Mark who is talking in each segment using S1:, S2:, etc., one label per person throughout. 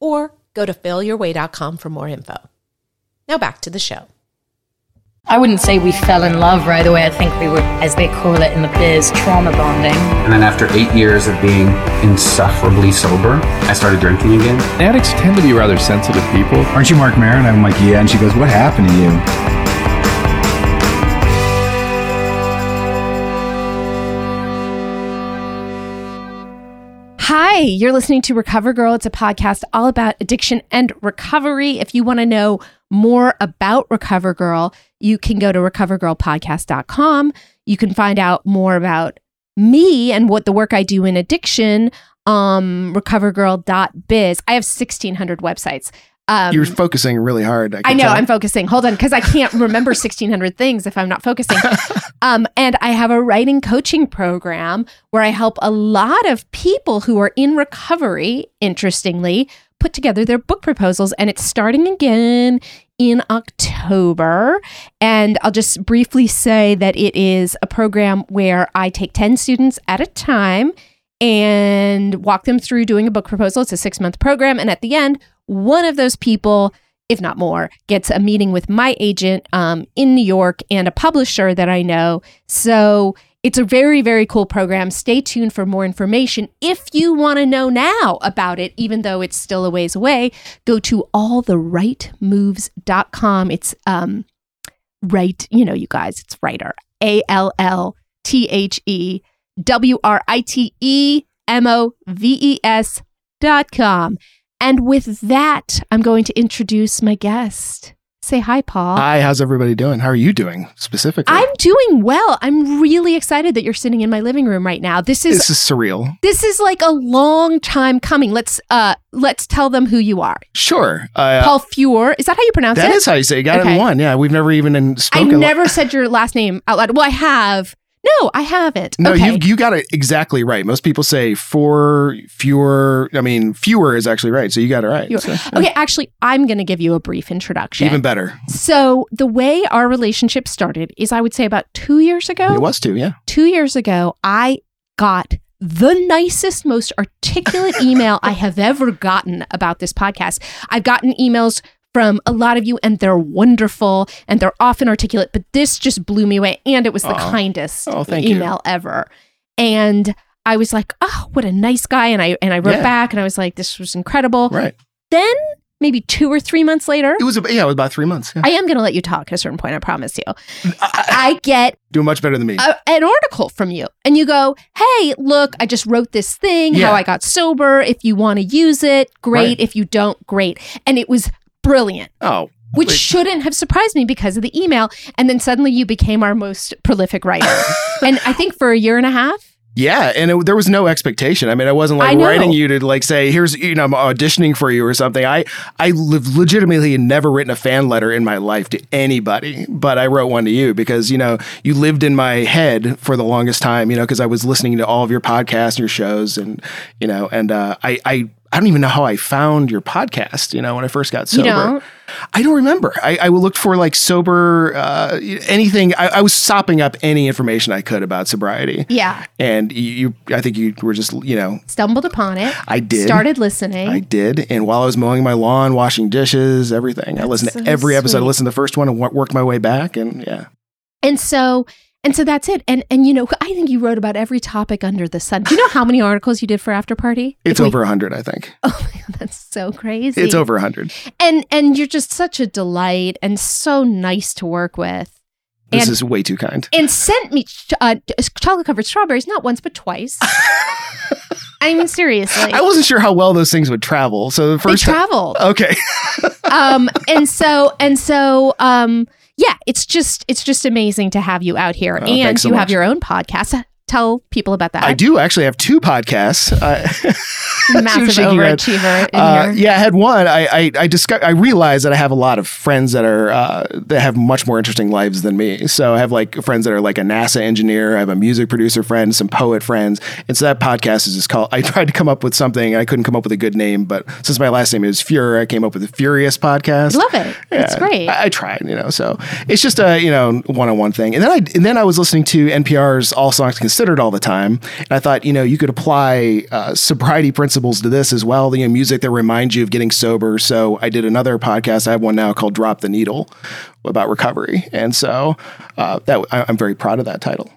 S1: or go to failyourway.com for more info. Now back to the show.
S2: I wouldn't say we fell in love right away. I think we were, as they call it in the biz, trauma bonding.
S3: And then after eight years of being insufferably sober, I started drinking again.
S4: Addicts tend to be rather sensitive people.
S5: Aren't you Mark Maron? I'm like, yeah. And she goes, What happened to you?
S6: Hi, you're listening to Recover Girl. It's a podcast all about addiction and recovery. If you want to know more about Recover Girl, you can go to recovergirlpodcast.com. You can find out more about me and what the work I do in addiction, um, recovergirl.biz. I have 1,600 websites. Um,
S7: You're focusing really hard. I, can
S6: I know
S7: tell.
S6: I'm focusing. Hold on, because I can't remember 1,600 things if I'm not focusing. um, and I have a writing coaching program where I help a lot of people who are in recovery, interestingly, put together their book proposals. And it's starting again in October. And I'll just briefly say that it is a program where I take 10 students at a time and walk them through doing a book proposal. It's a six month program. And at the end, one of those people, if not more, gets a meeting with my agent um, in New York and a publisher that I know. So it's a very, very cool program. Stay tuned for more information. If you want to know now about it, even though it's still a ways away, go to alltherightmoves.com. It's um, right, you know, you guys, it's writer. A L L T H E W R I T E M O V E S dot com. And with that, I'm going to introduce my guest. Say hi, Paul.
S7: Hi, how's everybody doing? How are you doing specifically?
S6: I'm doing well. I'm really excited that you're sitting in my living room right now. This is
S7: this is surreal.
S6: this is like a long time coming. Let's uh let's tell them who you are.
S7: Sure. Uh,
S6: Paul Feuer. Is that how you pronounce
S7: that
S6: it?
S7: is how you say it. Got it
S6: Okay.
S7: in one. Yeah, we've never even in,
S6: I
S7: spoken.
S6: never said your last name out loud. Well, I have. No, I haven't.
S7: No,
S6: okay.
S7: you you got it exactly right. Most people say four, fewer. I mean, fewer is actually right. So you got it right.
S6: You're-
S7: So, yeah,
S6: okay, actually, I'm going to give you a brief introduction.
S7: Even better.
S6: So, the way our relationship started is I would say about two years ago.
S7: It was two. Yeah.
S6: Two years ago, I got the nicest, most articulate email I have ever gotten about this podcast. I've gotten emails from a lot of you, and they're wonderful and they're often articulate, but this just blew me away. And it was the
S7: Aw.
S6: kindest
S7: Oh, thank you.
S6: email ever. And I was like, oh, what a nice guy. And I and I wrote
S7: Yeah.
S6: back and I was like, this was incredible.
S7: Right.
S6: Then maybe two or three months later,
S7: It was. ab- Yeah. It was about three months. Yeah.
S6: I am going to let you talk at a certain point. I promise you. I get
S7: Doing much better than me.
S6: a, an article from you, and you go, "Hey, look, I just wrote this thing.
S7: Yeah.
S6: How I got sober. If you want to use it, great.
S7: Right.
S6: If you don't, great." And it was brilliant.
S7: oh.
S6: Which
S7: Wait.
S6: shouldn't have surprised me because of the email. And then suddenly you became our most prolific writer. and I think for a year and a half,
S7: Yeah, and it, there was no expectation. I mean, I wasn't
S6: I
S7: like
S6: know.
S7: writing you to like say, "Here's you know, I'm auditioning for you" or something. I I live legitimately had never written a fan letter in my life to anybody, but I wrote one to you because you know you lived in my head for the longest time. You know, because I was listening to all of your podcasts, and your shows, and you know, and uh, I I. I don't even know how I found your podcast. You know, when I first got sober,
S6: don't?
S7: I don't remember. I, I looked for like sober uh, anything. I, I was sopping up any information I could about sobriety
S6: yeah,
S7: and you, you I think you were just you know
S6: stumbled upon it.
S7: I did.
S6: Started listening.
S7: I did, and while I was mowing my lawn, washing dishes, everything, I listened
S6: so
S7: to every episode.
S6: sweet.
S7: I listened to the first one and wo- worked my way back, and yeah,
S6: And so and so that's it. And and you know, I think you wrote about every topic under the sun. Do you know how many articles you did for After Party?
S7: it's
S6: If we-
S7: over hundred. I think
S6: oh my god, that's so crazy.
S7: it's over hundred.
S6: And and you're just such a delight and so nice to work with.
S7: This
S6: And-
S7: is way too kind.
S6: And sent me ch- uh, chocolate covered strawberries not once but twice. I mean, seriously,
S7: I wasn't sure how well those things would travel. So the
S6: Eh? they
S7: first time, Oh.
S6: traveled.
S7: okay,
S6: um and so and so um yeah it's just it's just amazing to have you out here and
S7: Oh, thanks so
S6: you have
S7: much.
S6: your own podcast tell people about that?
S7: I do actually have two podcasts. Uh,
S6: Massive
S7: Shaking your head.
S6: overachiever in
S7: Uh,
S6: your
S7: yeah, I had one. I I I, disco- I realized that I have a lot of friends that are uh, that have much more interesting lives than me. So I have like friends that are like a NASA engineer. I have a music producer friend, some poet friends, and so that podcast is just called. I tried to come up with something. I couldn't come up with a good name, but since my last name is Fuhrer, I came up with the Furious podcast.
S6: Love it. It's great.
S7: I, I tried, you know. So it's just a you know one on one thing. And then I and then I was listening to NPR's All Songs Considered all the time, and I thought you know you could apply uh, sobriety principles to this as well. You know, music that reminds you of getting sober. So I did another podcast. I have one now called Drop the Needle about recovery, and so uh, that I, I'm very proud of that title.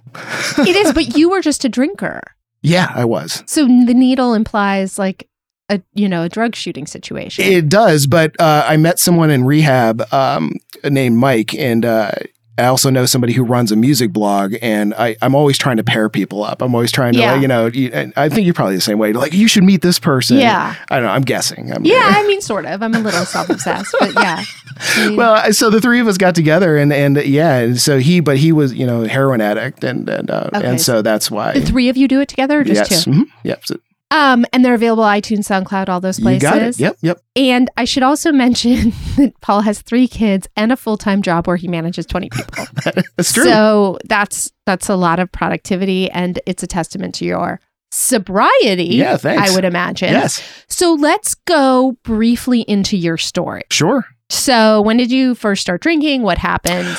S6: it is, but you were just a drinker.
S7: Yeah, I was.
S6: So the needle implies like a you know a drug shooting situation.
S7: It does, but uh, I met someone in rehab um, named Mike, and uh, I also know somebody who runs a music blog. And I, I'm always trying to pair people up. I'm always trying to,
S6: Yeah.
S7: like, you know, you, and I think you're probably the same way. Like, you should meet this person.
S6: Yeah.
S7: I don't know. I'm guessing. I'm,
S6: yeah, I mean, sort of. I'm a little self obsessed, but yeah. I mean,
S7: Well, I- so the three of us got together, and and yeah, and so he, but he was, you know, a heroin addict, and and uh,
S6: Okay.
S7: and so that's why.
S6: the three of you do it together, or just
S7: yes.
S6: two?
S7: mhm, Yep. So
S6: Um, and they're available iTunes, SoundCloud, all those
S7: you
S6: places.
S7: got it. Yep. Yep.
S6: And I should also mention that Paul has three kids and a full time job where he manages twenty people.
S7: That's true.
S6: So that's that's a lot of productivity, and it's a testament to your sobriety.
S7: Yeah, thanks.
S6: I would imagine.
S7: yes.
S6: So let's go briefly into your story.
S7: Sure.
S6: So, when did you first start drinking? What happened?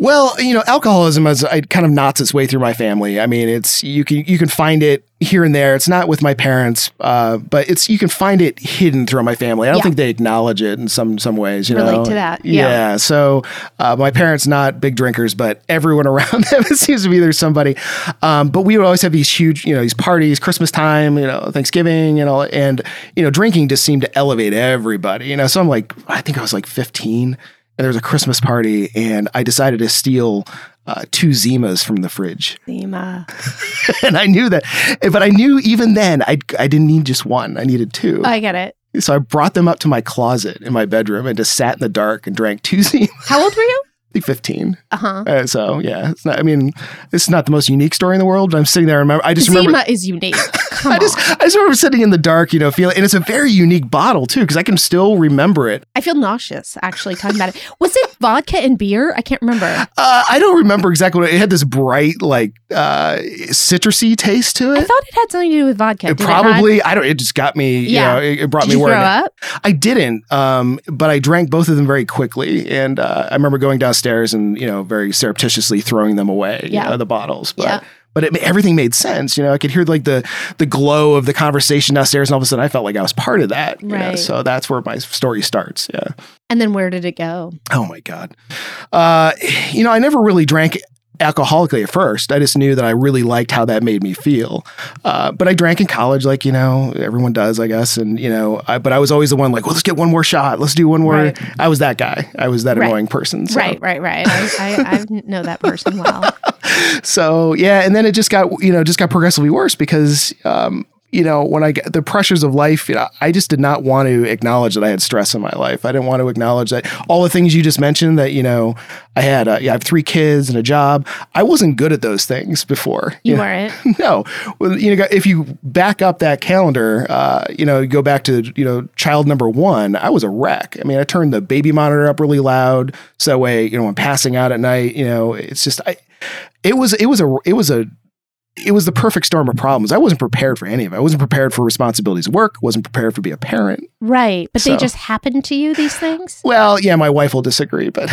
S7: Well, you know, alcoholism is it kind of knots its way through my family. I mean, it's you can you can find it here and there. It's not with my parents, uh, but it's you can find it hidden throughout my family. I don't
S6: Yeah.
S7: think they acknowledge it in some some ways. You
S6: Relate
S7: know?
S6: to that, yeah.
S7: So uh, my parents not big drinkers, but everyone around them it seems to be there's somebody. Um, but we would always have these huge, you know, these parties, Christmas time, you know, Thanksgiving, and all, and you know, drinking just seemed to elevate everybody. You know, so I'm like, I think I was like 15 and there was a Christmas party, and I decided to steal uh, two Zimas from the fridge.
S6: Lima.
S7: and I knew that, but I knew even then I, I didn't need just one, I needed two.
S6: I get it.
S7: so I brought them up to my closet in my bedroom and just sat in the dark and drank two Zimas.
S6: How old were you?
S7: 15.
S6: Uh huh.
S7: Uh, so yeah, it's not, I mean, it's not the most unique story in the world, but I'm sitting there, I remember, I just
S6: Zima
S7: remember.
S6: is unique. Come
S7: I just,
S6: on.
S7: I just remember sitting in the dark, you know, feeling, and it's a very unique bottle too, because I can still remember it.
S6: I feel nauseous actually talking about it. Was it vodka and beer? I can't remember.
S7: Uh, I don't remember exactly what it, it had. This bright, like uh, citrusy taste to
S6: I
S7: it.
S6: thought it had something to do with vodka.
S7: It
S6: Did not?
S7: probably I don't. It just got me.
S6: Yeah.
S7: You know, it, it brought
S6: Did
S7: me
S6: you
S7: where
S6: throw
S7: I'm at.
S6: up?
S7: I didn't. Um, but I drank both of them very quickly, and uh, I remember going downstairs and you know very surreptitiously throwing them away. you
S6: Yeah.
S7: know, the bottles. But,
S6: Yeah.
S7: But it, everything made sense, you know. I could hear like the the glow of the conversation downstairs, and all of a sudden, I felt like I was part of that. you know.
S6: Right.
S7: So that's where my story starts. Yeah.
S6: And then where did it go?
S7: Oh my God. Uh, you know, I never really drank alcoholically at first. I just knew that I really liked how that made me feel. Uh, but I drank in college, like, you know, everyone does, I guess. And, you know, I, but I was always the one like, well, let's get one more shot. Let's do one more.
S6: Right.
S7: I was that guy. I was that
S6: Right.
S7: annoying person. So.
S6: Right, right, right. I, I, I know that person well.
S7: So yeah, and then it just got you know just got progressively worse because um, you know when I got the pressures of life, you know, I just did not want to acknowledge that I had stress in my life. I didn't want to acknowledge that all the things you just mentioned that you know I had. Uh, yeah, I have three kids and a job. I wasn't good at those things before.
S6: You
S7: know?
S6: weren't.
S7: No, well, you know, if you back up that calendar, uh, you know, you go back to you know child number one. I was a wreck. I mean, I turned the baby monitor up really loud, so that way, you know, I'm passing out at night. You know, it's just, I, it was, it was a, it was a. It was the perfect storm of problems. I wasn't prepared for any of it. I wasn't prepared for responsibilities at work. wasn't prepared for be a parent.
S6: Right. But they
S7: So-
S6: just happened to you, these things?
S7: Well, yeah, my wife will disagree, but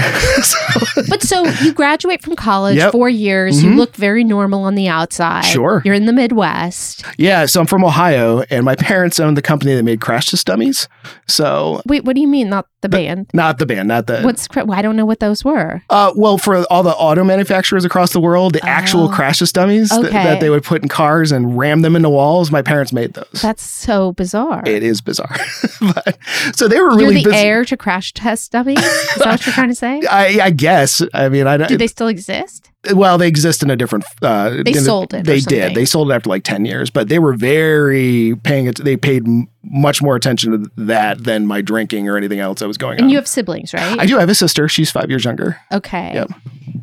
S6: But so you graduate from college,
S7: Yep. Mm-hmm.
S6: four years, you look very normal on the outside.
S7: Sure.
S6: You're in the Midwest.
S7: yeah. So I'm from Ohio, and my parents owned the company that made Crash Test Dummies. So
S6: Wait, what do you mean? Not the band?
S7: not the band, not the
S6: What's cra- well, I don't know what those were.
S7: Uh, well, for all the auto manufacturers across the world, the actual crash test dummies th-
S6: Oh. Okay.
S7: that they would put in cars and ram them into walls, my parents made those.
S6: That's so bizarre.
S7: it is bizarre, but so they were
S6: You're
S7: really
S6: the
S7: busy.
S6: heir to crash test dummies. Is that what you're trying to say?
S7: I, I guess. I mean, I don't.
S6: Do they still exist?
S7: well, they exist in a different. Uh,
S6: They
S7: in a-
S6: sold it or
S7: They
S6: something.
S7: did. They sold it after like ten years, but they were very paying. it. They paid m- much more attention to that than my drinking or anything else that was going on.
S6: And you have siblings, right?
S7: I do have a sister. She's five years younger.
S6: Okay.
S7: Yep.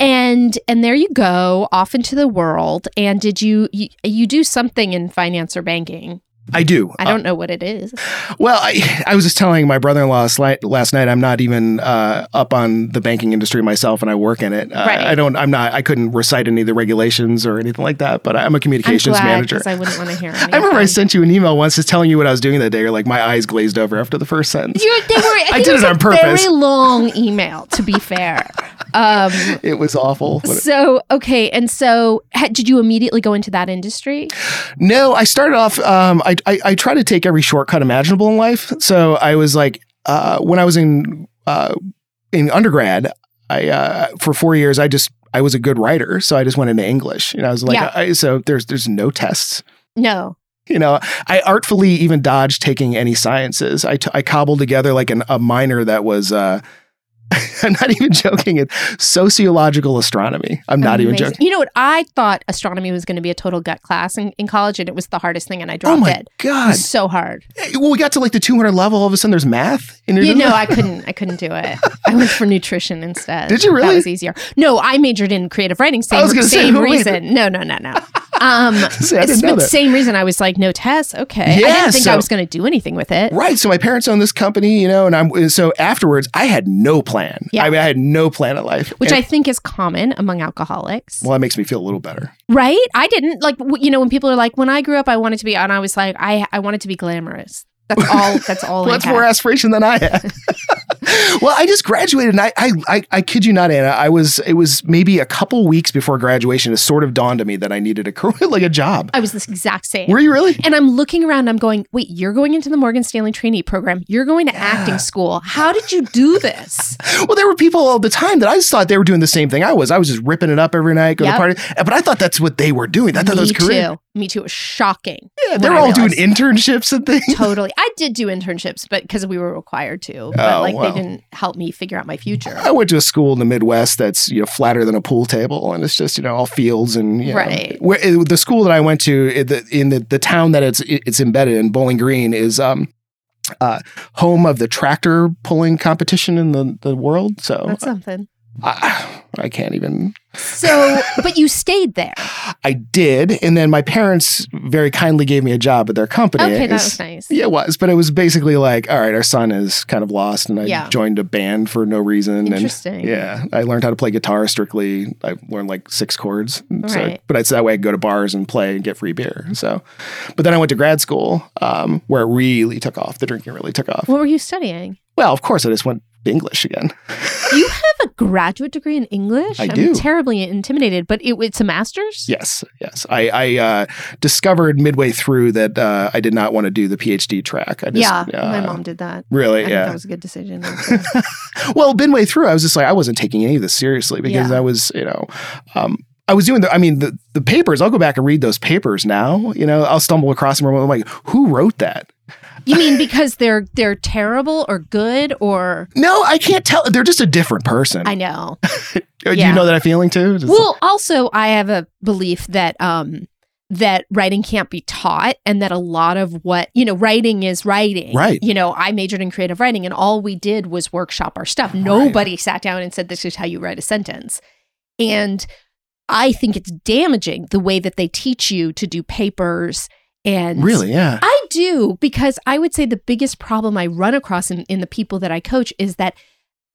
S6: And and there you go off into the world. And did you, you you do something in finance or banking?
S7: I do.
S6: I don't know what it is.
S7: Well, I, I was just telling my brother in law last night. I'm not even uh, up on the banking industry myself, and I work in it. Uh,
S6: Right.
S7: I don't. I'm not. I couldn't recite any of the regulations or anything like that. But I'm a
S6: I'm
S7: communications
S6: glad
S7: manager.
S6: because I wouldn't want to hear.
S7: I remember I sent you an email once just telling you what I was doing that day. You're like, my eyes glazed over after the first sentence.
S6: you they were, I, think
S7: did
S6: was
S7: it on
S6: a
S7: purpose.
S6: Very long email, to be fair. um,
S7: It was awful. But-
S6: so okay, and so ha- did you immediately go into that industry?
S7: No, I started off. Um, I, I I try to take every shortcut imaginable in life. So I was like, uh, when I was in uh, in undergrad, I uh, for four years, I just I was a good writer, so I just went into English. You know, I was like,
S6: Yeah.
S7: I, so there's there's no tests.
S6: No.
S7: You know, I artfully even dodged taking any sciences. I, t- I cobbled together like an, a minor that was. Uh, I'm not even joking. It's sociological astronomy. I'm not even
S6: Amazing.
S7: joking.
S6: You know what? I thought astronomy was going to be a total gut class in, in college, and it was the hardest thing, and I
S7: Oh
S6: dropped
S7: my
S6: it. It
S7: god!
S6: was so hard.
S7: Well, we got to like the 200 level. All of a sudden, there's math. And you're
S6: You
S7: just
S6: know,
S7: like-
S6: I couldn't. I couldn't do it. I went for nutrition instead.
S7: Did you
S6: That
S7: really?
S6: was easier. No, I majored in creative writing. Same,
S7: I was gonna say,
S6: same
S7: who majored?
S6: reason. No, no, no, no. Um,
S7: See, I
S6: it's-
S7: didn't know
S6: but
S7: that.
S6: same reason. I was like, no tests. Okay. I
S7: Yeah,
S6: didn't think I
S7: so-
S6: was going to do anything with it.
S7: Right. So my parents own this company, you know, and I'm and so afterwards I had no plan.
S6: Yeah.
S7: I mean, I had no plan in life.
S6: Which
S7: And-
S6: I think is common among alcoholics,
S7: well, that makes me feel a little better.
S6: right? I didn't like, w- you know, when people are like, "When I grew up, I wanted to be," and I was like, "I, I wanted to be glamorous." That's all. That's all.
S7: Well,
S6: I
S7: that's
S6: had.
S7: more aspiration than I had. well, I just graduated, and I, I, I, I kid you not, Anna. I was, it was maybe a couple weeks before graduation. It sort of dawned on me that I needed a career, like a job.
S6: I was this exact same.
S7: Were you really?
S6: And I'm looking around, I'm going, wait, you're going into the Morgan Stanley trainee program. You're going to acting school. How did you do this?
S7: Well, there were people all the time that I just thought they were doing the same thing I was. I was just ripping it up every night, go
S6: Yep.
S7: to party. But I thought that's what they were doing. I thought that
S6: Me
S7: was career.
S6: too. Me too. It was shocking.
S7: Yeah,
S6: when
S7: they were
S6: I
S7: all doing
S6: realized.
S7: internships and things.
S6: Totally. I did do internships, but because we were required to, but
S7: Oh,
S6: like
S7: wow. Oh,
S6: they didn't help me figure out my future.
S7: I went to a school in the Midwest that's you know flatter than a pool table, and it's just you know all fields and you know,
S6: Right.
S7: Where it, the school that I went to it, the, in the, the town that it's it's embedded in Bowling Green is um uh home of the tractor pulling competition in the the world. So
S6: That's something.
S7: I, I can't even.
S6: So, but you stayed there.
S7: I did, and then my parents very kindly gave me a job at their company.
S6: Okay, that
S7: It's-
S6: was nice.
S7: Yeah, it was, but it was basically like, all right, our son is kind of lost, and I
S6: Yeah.
S7: joined a band for no reason.
S6: Interesting.
S7: And yeah, I learned how to play guitar strictly. I learned like six chords, so,
S6: Right.
S7: but it's that way I could go to bars and play and get free beer. So, but then I went to grad school, um, where it really took off. The drinking really took off.
S6: What were you studying?
S7: Well, of course, I just went to English again.
S6: You have a graduate degree in English?
S7: I
S6: am
S7: do.
S6: terribly intimidated, but it, it's a master's?
S7: Yes, yes. I, I uh, discovered midway through that uh, I did not want to do the PhD track. I just,
S6: Yeah, my
S7: uh,
S6: mom did that.
S7: Really?
S6: I think
S7: yeah.
S6: that was a good decision. actually.
S7: Well, midway through, I was just like, I wasn't taking any of this seriously because
S6: Yeah.
S7: I was, you know, um, I was doing the, I mean, the, the papers, I'll go back and read those papers now. You know, I'll stumble across them. and I'm like, who wrote that?
S6: You mean because they're they're terrible or good or
S7: No, I can't tell. They're just a different person. Uh,
S6: I know.
S7: Do
S6: yeah.
S7: you know that feeling too? Just
S6: Well, also I have a belief that um that writing can't be taught and that a lot of what, you know, writing is writing.
S7: Right.
S6: You know, I majored in creative writing and all we did was workshop our stuff. Nobody sat down and said this is how you write a sentence. And I think it's damaging the way that they teach you to do papers and
S7: really, yeah.
S6: I do because I would say the biggest problem I run across in, in the people that I coach is that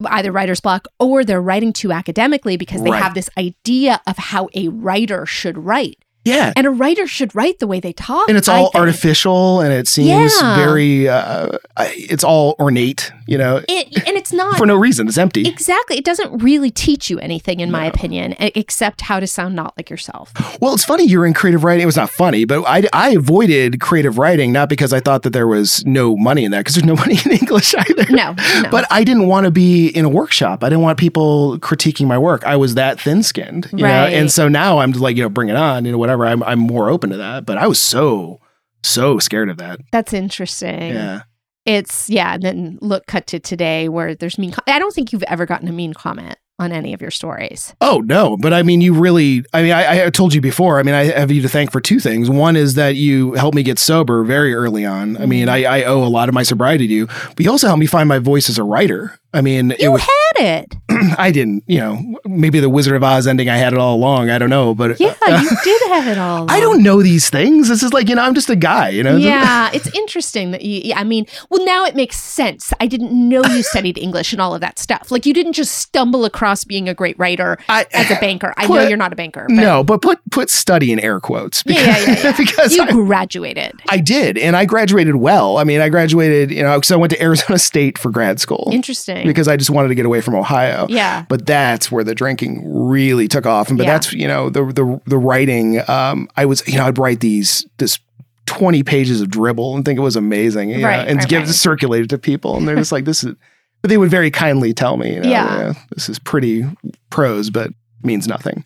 S6: either writer's block or they're writing too academically because they
S7: Right.
S6: have this idea of how a writer should write.
S7: yeah.
S6: And a writer should write the way they talk.
S7: And it's
S6: I
S7: all
S6: think.
S7: artificial and it seems
S6: Yeah.
S7: very, uh, I- it's all ornate, you know,
S6: It, and it's not.
S7: for no reason. It's empty.
S6: Exactly. It doesn't really teach you anything, in my opinion, e- except how to sound not like yourself.
S7: Well, it's funny you're in creative writing. It was not funny, but I, I avoided creative writing not because I thought that there was no money in that, because there's no money in English either.
S6: No, no.
S7: But I didn't want to be in a workshop. I didn't want people critiquing my work. I was that thin skinned, you
S6: Right.
S7: know? And so now I'm like, you know, bring it on, you know, whatever. I'm, I'm more open to that. But I was so, so scared of that.
S6: That's interesting.
S7: Yeah.
S6: It's, yeah. And then look, cut to today where there's mean. Com- I don't think you've ever gotten a mean comment. on any of your stories.
S7: Oh no, but I mean, you really. I mean, I, I told you before. I mean, I have you to thank for two things. One is that you helped me get sober very early on. I
S6: Mm-hmm.
S7: mean, I, I owe a lot of my sobriety to you, but you also helped me find my voice as a writer. I mean, it
S6: You
S7: was
S6: had it.
S7: I didn't. You know, maybe the Wizard of Oz ending. I had it all along. I don't know, but uh,
S6: Yeah, you did have it all.
S7: I
S6: along.
S7: don't know these things. This is like you know, I'm just a guy. You know.
S6: Yeah, it's interesting that you. Yeah, I mean, well, now it makes sense. I didn't know you studied English and all of that stuff. Like, you didn't just stumble across being a great writer
S7: I-
S6: as a banker. I know
S7: Put-
S6: you're not a banker. But
S7: No, but put put study in air quotes
S6: Yeah,
S7: because,
S6: yeah, yeah, yeah.
S7: because
S6: you
S7: I-
S6: graduated.
S7: I did, and I graduated well. I mean, I graduated, you know, because I went to Arizona State for grad school.
S6: Interesting.
S7: Because I just wanted to get away from Ohio.
S6: Yeah.
S7: But that's where the drinking really took off, and but
S6: Yeah.
S7: that's you know the the the writing. Um, I was you know I'd write these this. 20 pages of dribble and think it was amazing you know,
S6: Right,
S7: and
S6: right,
S7: give
S6: right.
S7: circulate it to people and they're just like this is but they would very kindly tell me you know,
S6: Yeah.
S7: this is pretty prose but means nothing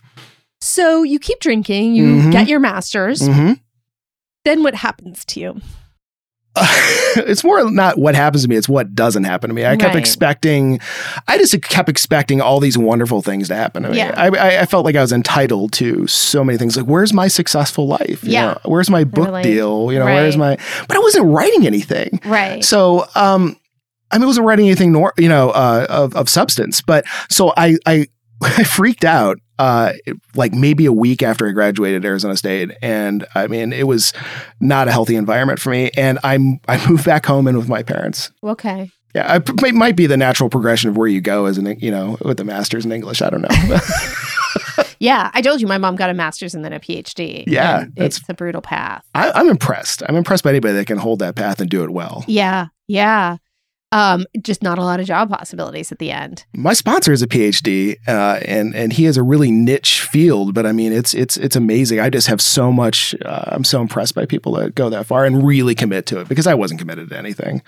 S6: so you keep drinking. You
S7: Mhm.
S6: get your master's.
S7: Mhm.
S6: Then what happens to you?
S7: it's more not what happens to me, it's what doesn't happen to me. I kept
S6: Right.
S7: expecting, I just kept expecting all these wonderful things to happen to me.
S6: Yeah.
S7: I, I, I felt like I was entitled to so many things. Like, where's my successful life? You
S6: Yeah.
S7: know, where's my book
S6: Really.
S7: deal? You know, where's my,
S6: Right.
S7: but I wasn't writing anything.
S6: Right.
S7: So, um, I mean, I wasn't writing anything, nor you know, uh, of of substance. But so I, I, I freaked out, uh, like maybe a week after I graduated Arizona State, and I mean, it was not a healthy environment for me. And I'm, I moved back home in with my parents.
S6: Okay.
S7: Yeah, I, it might be the natural progression of where you go as an, you know, with the master's in English. I don't know.
S6: Yeah, I told you my mom got a master's and then a PhD.
S7: Yeah,
S6: And
S7: that's-
S6: it's a brutal path.
S7: I, I'm impressed. I'm impressed by anybody that can hold that path and do it well.
S6: Yeah, yeah. Um, just not a lot of job possibilities at the end.
S7: my sponsor is a PhD, uh, and and he has a really niche field, but I mean it's it's it's amazing. I just have so much. Uh, I'm so impressed by people that go that far and really commit to it because I wasn't committed to anything.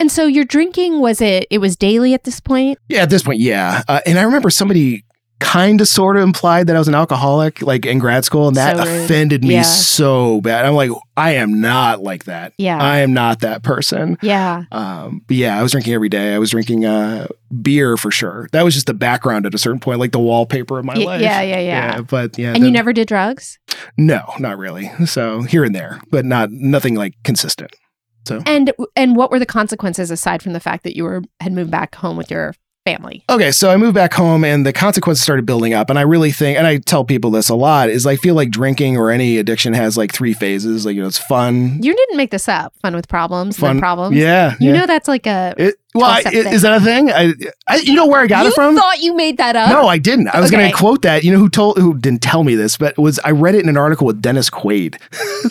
S6: And so your drinking was it? It was daily at this point.
S7: Yeah, at this point, yeah. Uh, and I remember somebody kind of sort of implied that I was an alcoholic, like in grad school, and that
S6: So rude.
S7: offended me
S6: Yeah.
S7: so bad. I'm like, I am not like that.
S6: Yeah.
S7: I am not that person.
S6: Yeah.
S7: Um, but yeah, I was drinking every day. I was drinking uh, beer for sure. That was just the background at a certain point, like the wallpaper of my
S6: Y-
S7: life.
S6: yeah, yeah, yeah.
S7: But yeah,
S6: And you
S7: then-
S6: never did drugs.
S7: No, not really. So here and there, but not nothing like consistent.
S6: And and what were the consequences aside from the fact that you were had moved back home with your family?
S7: Okay, so I moved back home, and the consequences started building up. And I really think, and I tell people this a lot, is I feel like drinking or any addiction has like three phases. Like you know, it's fun,
S6: You didn't make this up. Fun with problems,
S7: fun
S6: then problems.
S7: Yeah,
S6: You
S7: yeah.
S6: know that's like a.
S7: It, well, I,
S6: concept
S7: i-
S6: thing.
S7: is that a thing? I, I, you know where I got
S6: you
S7: it from?
S6: thought you made that up.
S7: No, I didn't. I was going
S6: Okay.
S7: to quote that. You know who told who didn't tell me this, but it was I read it in an article with Dennis Quaid.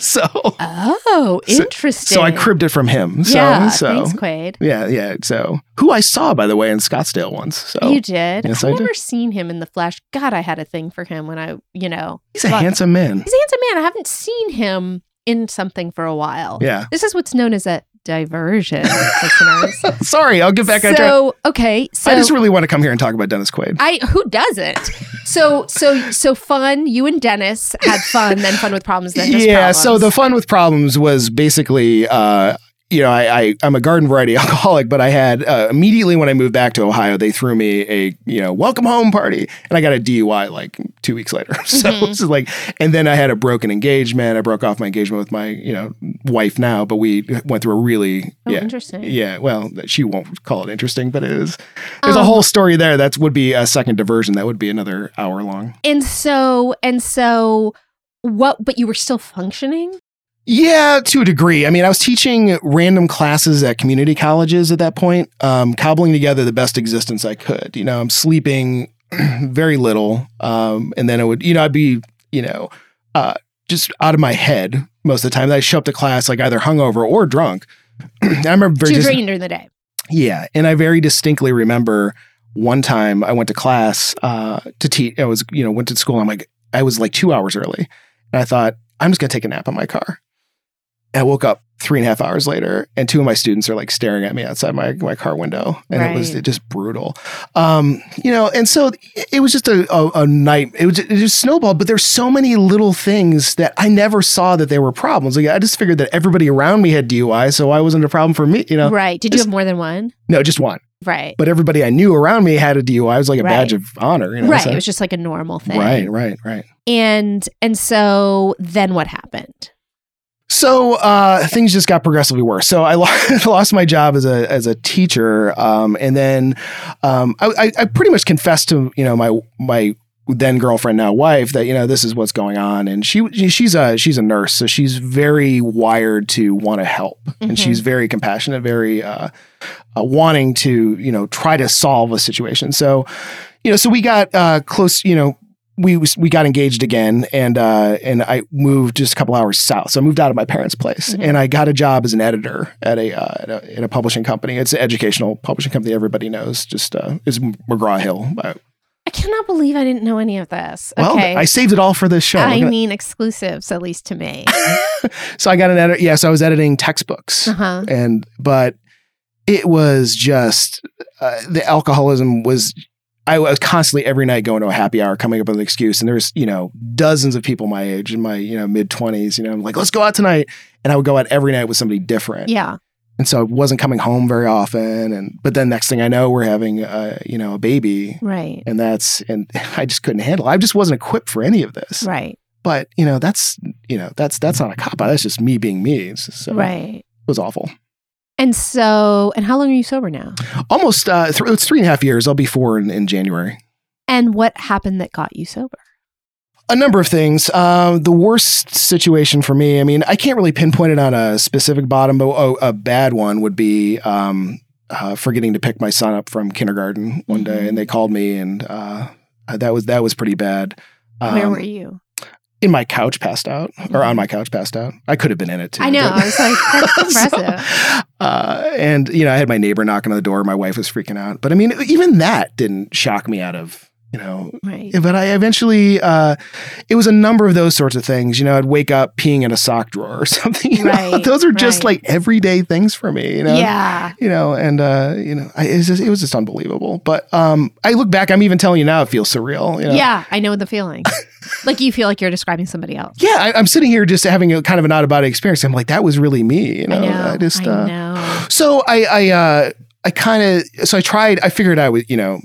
S7: so
S6: Oh, interesting.
S7: so I cribbed it from him. So
S6: yeah.
S7: so
S6: Thanks, Quaid.
S7: yeah yeah. So who I saw by the way in Scottsdale once. So
S6: You did.
S7: Oh, Yes, I
S6: I've
S7: did.
S6: never seen him in the flesh. God, I had a thing for him when I, you know,
S7: he's a
S6: Well,
S7: handsome man.
S6: He's a handsome man. I haven't seen him in something for a while.
S7: Yeah.
S6: This is what's known as a diversion, listeners.
S7: Sorry, I'll get back on track.
S6: so okay, so
S7: I just really want to come here and talk about Dennis Quaid.
S6: I who doesn't? So so so fun. You and Dennis had fun, then fun with problems, then just
S7: yeah. So the
S6: problems.
S7: fun with problems was basically. Uh, you know, I, I I'm a garden variety alcoholic, but I had uh, immediately when I moved back to Ohio, they threw me a you know welcome home party, and I got a DUI like two weeks later. So
S6: Mm-hmm.
S7: it's just like, and then I had a broken engagement. I broke off my engagement with my you know wife now, but we went through a really
S6: Oh,
S7: yeah
S6: interesting.
S7: yeah. Well, she won't call it interesting, but it is. There's a
S6: Um,
S7: whole story there. That would be a second diversion. That would be another hour long.
S6: and so and so what? But you were still functioning.
S7: Yeah, to a degree. I mean, I was teaching random classes at community colleges at that point, um, cobbling together the best existence I could. You know, I'm sleeping very little, um, and then it would, you know, I'd be, you know, uh, just out of my head most of the time. I'd show up to class like either hungover or drunk. I remember
S6: So
S7: very
S6: you're
S7: dis-
S6: drinking during the day.
S7: yeah, and I very distinctly remember one time I went to class uh, to teach. I was, you know, went to school. And I'm like, I was like two hours early, and I thought I'm just gonna take a nap in my car. And I woke up three and a half hours later, and two of my students are like staring at me outside my my car window, and it was
S6: Right.
S7: just brutal. Um, you know, and so it- it was just a, a, a night. It was it just snowballed. But there's so many little things that I never saw that they were problems. Like I just figured that everybody around me had DUI, so why wasn't it a problem for me? You know,
S6: Right. Did you have more than one?
S7: no, just one.
S6: Right.
S7: But everybody I knew around me had a DUI. It was like a
S6: Right.
S7: badge of honor. You know,
S6: right.
S7: so-
S6: It was just like a normal thing.
S7: right, right, right.
S6: And and so then what happened?
S7: So uh, things just got progressively worse. So I lo- lost my job as a as a teacher, um, and then um, I, I I pretty much confessed to you know my my then girlfriend now wife that you know this is what's going on, and she she's a she's a nurse, so she's very wired to want to help,
S6: Mm-hmm.
S7: and she's very compassionate, very uh, uh, wanting to you know try to solve a situation. So you know so we got uh, close, you know we we got engaged again and uh and I moved just a couple hours south. So I moved out of my parents' place
S6: Mm-hmm.
S7: and I got a job as an editor at a, uh, at a at a publishing company. It's an educational publishing company everybody knows. Just uh is McGraw Hill. Uh,
S6: I cannot believe I didn't know any of this.
S7: Well,
S6: okay.
S7: I saved it all for this show.
S6: I
S7: Look at-
S6: mean exclusives, at least to me.
S7: so I got an edit. Yes, I was editing textbooks.
S6: Uh-huh.
S7: and but it was just uh, the alcoholism was I was constantly every night going to a happy hour, coming up with an excuse, and there was you know dozens of people my age in my you know mid twenties, you know, I'm like let's go out tonight, and I would go out every night with somebody different,
S6: Yeah.
S7: and so I wasn't coming home very often, and but then next thing I know, we're having uh, you know a baby,
S6: Right.
S7: and that's and I just couldn't handle. It. I just wasn't equipped for any of this,
S6: Right.
S7: but you know that's you know that's that's not a cop out. That's just me being me. It's just- So
S6: Right.
S7: it was awful.
S6: And so and how long are you sober now?
S7: almost uh, th- it's three and a half years. I'll be four in, in January.
S6: And what happened that got you sober?
S7: A number of things. Um, the worst situation for me, I mean, I can't really pinpoint it on a specific bottom, but oh, a bad one would be um, uh, forgetting to pick my son up from kindergarten one day,
S6: Mm-hmm.
S7: and they called me, and uh, uh, that was that was pretty bad. Um,
S6: Where were you? Mm-hmm.
S7: In my couch, passed out, or on my couch, passed out. I could have been in it too.
S6: I know.
S7: but-
S6: I was like, that's
S7: So,
S6: impressive.
S7: uh, and you know, I had my neighbor knocking on the door. My wife was freaking out, but I mean, even that didn't shock me out of you know.
S6: right.
S7: But I eventually, uh, it was a number of those sorts of things. You know, I'd wake up peeing in a sock drawer or something. You know?
S6: Right,
S7: those are just
S6: right.
S7: like everyday things for me. You know,
S6: Yeah.
S7: you know, and uh, you know, I, it, was just, it was just unbelievable. But um, I look back, I'm even telling you now, it feels surreal. You know?
S6: Yeah, I know the feeling. like you feel like you're describing somebody else.
S7: Yeah, I, I'm sitting here just having a kind of an out of body experience. I'm like, that was really me. You know,
S6: I know. I,
S7: just uh,
S6: know.
S7: So I I uh I kind of so I tried I figured I was you know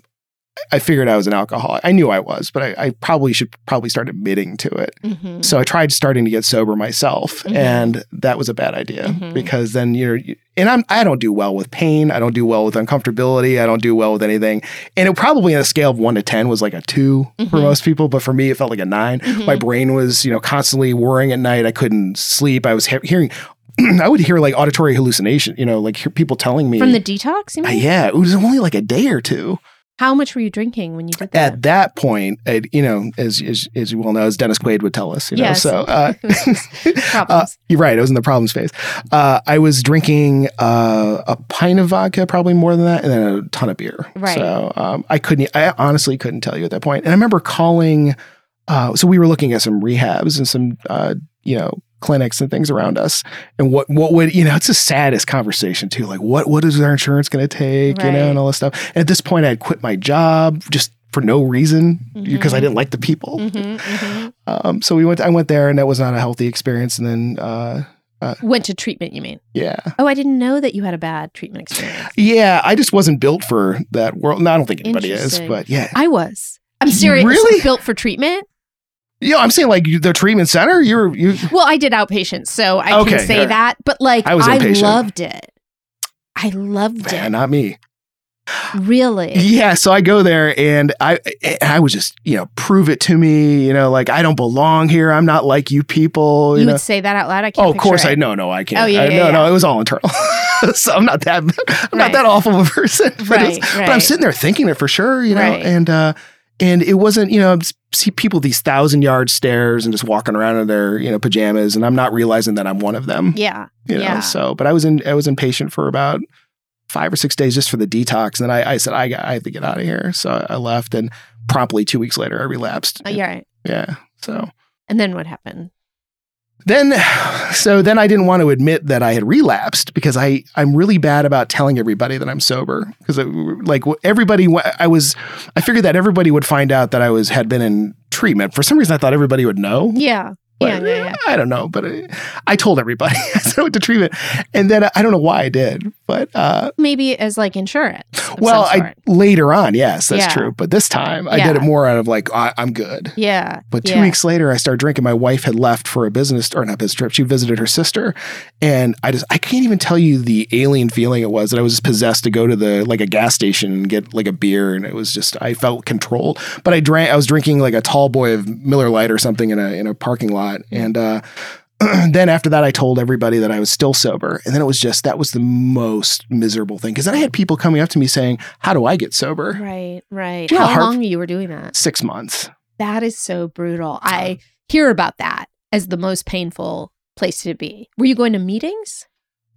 S7: I figured I was an alcoholic. I knew I was, but I, I probably should probably start admitting to it.
S6: Mhm.
S7: So I tried starting to get sober myself,
S6: Mhm.
S7: and that was a bad idea
S6: Mhm.
S7: because then you're you- and I'm I don't do well with pain. I don't do well with uncomfortability. I don't do well with anything. And it probably on a scale of one to ten was like a 2
S6: Mm-hmm.
S7: for most people, but for me it felt like a 9 My brain was you know constantly worrying at night. I couldn't sleep. I was he- hearing. I would hear like auditory hallucination, you know, like hear people telling me
S6: From the detox, you
S7: Uh,
S6: mean?
S7: yeah, it was only like a day or two.
S6: How much were you drinking when you did that?
S7: At that point, it, you know, as, as as you well know, as Dennis Quaid would tell us, you know,
S6: Yes.
S7: so uh, uh,
S6: Problems.
S7: you're right. I was in the problems phase. Uh, I was drinking uh, a pint of vodka, probably more than that, and then a ton of beer.
S6: Right.
S7: So um, I couldn't. I honestly couldn't tell you at that point. And I remember calling. Uh, so we were looking at some rehabs and some, uh, you know, clinics and things around us. And what what would you know? It's the saddest conversation too. Like what what is our insurance going to take? You know,
S6: Right.
S7: and all this stuff. And at this point, I had quit my job just for no reason because
S6: Mm-hmm.
S7: I didn't like the people.
S6: Mhm, mhm.
S7: Um, so we went. I went there, and that was not a healthy experience. And then, uh,
S6: Went to treatment, you mean?
S7: yeah,
S6: Oh, I didn't know that you had a bad treatment experience.
S7: yeah, I just wasn't built for that world. No, I don't think anybody is,
S6: Interesting.
S7: but yeah,
S6: I was. I'm serious.
S7: Really?
S6: Built for treatment?
S7: you know, I'm saying like you- the treatment center. You're you.
S6: Well, I did outpatient, so I
S7: Okay,
S6: can say
S7: all right.
S6: that. But like,
S7: I
S6: I,
S7: was inpatient.
S6: loved it. I loved
S7: Yeah,
S6: it.
S7: not me.
S6: Really?
S7: Yeah, so I go there and I I was just, you know, prove it to me, you know, like I don't belong here. I'm not like you people, you
S6: you
S7: know.
S6: would say that out loud. I can't.
S7: Oh, of course
S6: picture
S7: I
S6: it.
S7: no, no, I can't.
S6: Oh, yeah,
S7: I-
S6: yeah,
S7: no,
S6: yeah.
S7: no, it was all internal. so I'm not that I'm
S6: Right.
S7: not that awful of a person. But, it's-
S6: Right,
S7: but I'm
S6: right.
S7: sitting there thinking it for sure, you know,
S6: Right.
S7: and uh and it wasn't, you know, I see people these thousand yard stairs and just walking around in their, you know, pajamas and I'm not realizing that I'm one of them.
S6: Yeah.
S7: You know,
S6: yeah.
S7: so but I was in I was impatient for about five or six days just for the detox. And then I, I said, I got I have to get out of here. So I left and promptly two weeks later I relapsed.
S6: Oh, you're right.
S7: Yeah. So
S6: And then what happened?
S7: then so then I didn't want to admit that I had relapsed because I I'm really bad about telling everybody that I'm sober because like everybody I was I figured that everybody would find out that I was had been in treatment for some reason I thought everybody would know
S6: Yeah. Yeah.
S7: but,
S6: Yeah. Yeah.
S7: I don't know, but I, I told everybody I said I went to treatment, and then I, I don't know why I did, but uh,
S6: Maybe as like insurance.
S7: well,
S6: some
S7: I
S6: sort.
S7: later on, yes, that's
S6: Yeah.
S7: true. But this time, I
S6: Yeah.
S7: did it more out of like I, I'm good.
S6: Yeah.
S7: But two
S6: yeah.
S7: weeks later, I started drinking. My wife had left for a business or not business trip. She visited her sister, and I just I can't even tell you the alien feeling it was that I was possessed to go to the like a gas station and get like a beer, and it was just I felt controlled. But I drank. I was drinking like a tall boy of Miller Lite or something in a in a parking lot, and uh, then after that, I told everybody that I was still sober, and then it was just that was the most miserable thing because then I had people coming up to me saying, "How do I get sober?"
S6: Right, right.
S7: You know
S6: How
S7: how hard-
S6: long you were doing that?
S7: Six months.
S6: That is so brutal. I hear about that as the most painful place to be. Were you going to meetings?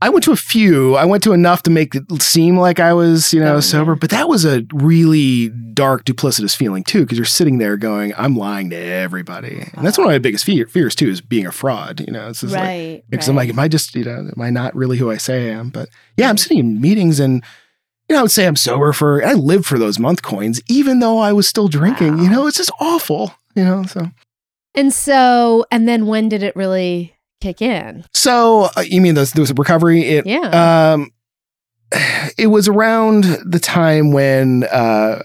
S7: I went to a few. I went to enough to make it seem like I was, you know,
S6: Oh,
S7: sober.
S6: yeah.
S7: But that was a really dark, duplicitous feeling too, because you're sitting there going, "I'm lying to everybody," and that's one of my biggest fear, fears too, is being a fraud. You know, it's just like because I'm like, am I just, you know, am I not really who I say I am? But yeah, I'm sitting in meetings and. You know, I would say I'm sober for. I live for those month coins, even though I was still drinking. You
S6: Wow.
S7: know, it's just awful. You know, so
S6: and so, and then when did it really kick in?
S7: so uh, you mean those those recovery? It
S6: Yeah.
S7: Um, it was around the time when uh,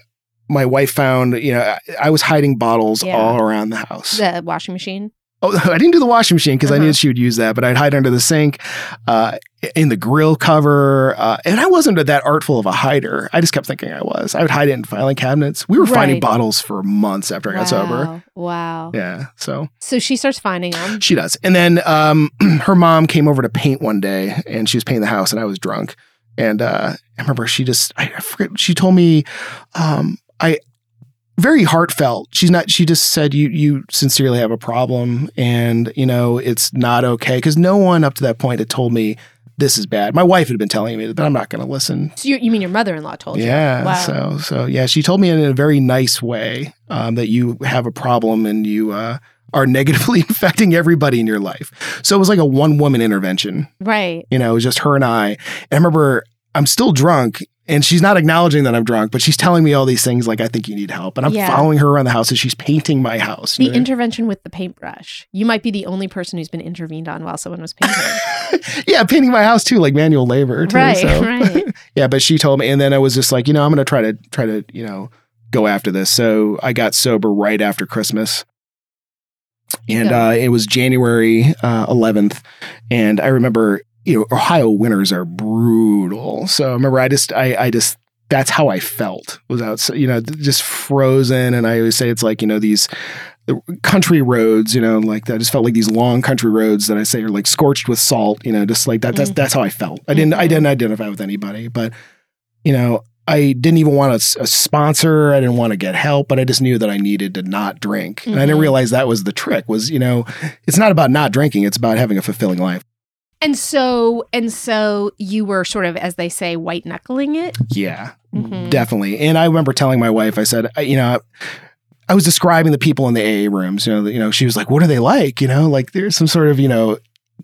S7: my wife found, you know, I, I was hiding bottles
S6: Yeah.
S7: all around the house.
S6: the washing machine?
S7: Oh, I didn't do the washing machine because I
S6: Uh-huh.
S7: knew she would use that, but I'd hide under the sink, uh, in the grill cover. Uh, and I wasn't that artful of a hider. I just kept thinking I was. I would hide it in filing cabinets. We were finding
S6: Right.
S7: bottles for months after I got sober.
S6: Wow. Wow.
S7: Yeah. So
S6: So she starts finding them.
S7: she does. And then um, her mom came over to paint one day and she was painting the house and I was drunk. And uh, I remember she just, I I forget, she told me, um, I, very heartfelt. She's not, she just said, you, you sincerely have a problem and, you know, it's not okay. Cause no one up to that point had told me this is bad. My wife had been telling me, but I'm not going to listen.
S6: So you, you mean your mother in law told you?
S7: Yeah.
S6: Wow.
S7: So, so yeah, she told me in a very nice way um, that you have a problem and you uh, are negatively affecting everybody in your life. So it was like a one woman intervention.
S6: Right.
S7: You know, it was just her and I. And I remember I'm still drunk and she's not acknowledging that I'm drunk, but she's telling me all these things like, I think you need help. And I'm
S6: Yeah.
S7: following her around the house as she's painting my house.
S6: The
S7: You know?
S6: intervention with the paintbrush. You might be the only person who's been intervened on while someone was painting.
S7: yeah, painting my house too, like manual labor. Too,
S6: right.
S7: so.
S6: Right.
S7: Yeah, but she told me, and then I was just like, you know, I'm gonna try to try to you know go after this. So I got sober right after Christmas, and
S6: Yeah.
S7: uh, it was January uh, 11th, and I remember you know Ohio winters are brutal. So I remember I just I I just that's how I felt was out you know th- just frozen, and I always say it's like you know these. uh, Country roads, you know, like that. I just felt like these long country roads that I say are like scorched with salt, you know, just like that. That's that's how I felt. I didn't I didn't identify with anybody, but you know, I didn't even want a, s- a sponsor. I didn't want to get help, but I just knew that I needed to not drink. And I didn't
S6: Mhm.
S7: realize that was the trick was, you know, it's not about not drinking. It's about having a fulfilling life.
S6: And so, and so you were sort of, as they say, white knuckling it.
S7: Yeah,
S6: Mhm.
S7: definitely. And I remember telling my wife, I said, I, you know, I was describing the people in the AA rooms, you know, that- you know, she was like, what are they like? You know, like there's some sort of, you know,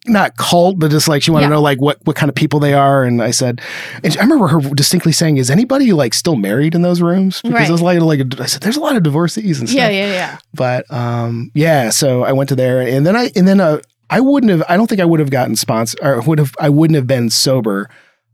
S7: not cult, but just like she wanted
S6: Yeah.
S7: to know like what, what kind of people they are. And I said, and I remember her distinctly saying, is anybody like still married in those rooms? Because
S6: Right.
S7: there's like, like, a- I said, there's a lot of divorcees and stuff.
S6: Yeah, yeah, yeah.
S7: but um yeah so i went to there and then i and then uh, i wouldn't have i don't think i would have gotten sponsor or would have i wouldn't have been sober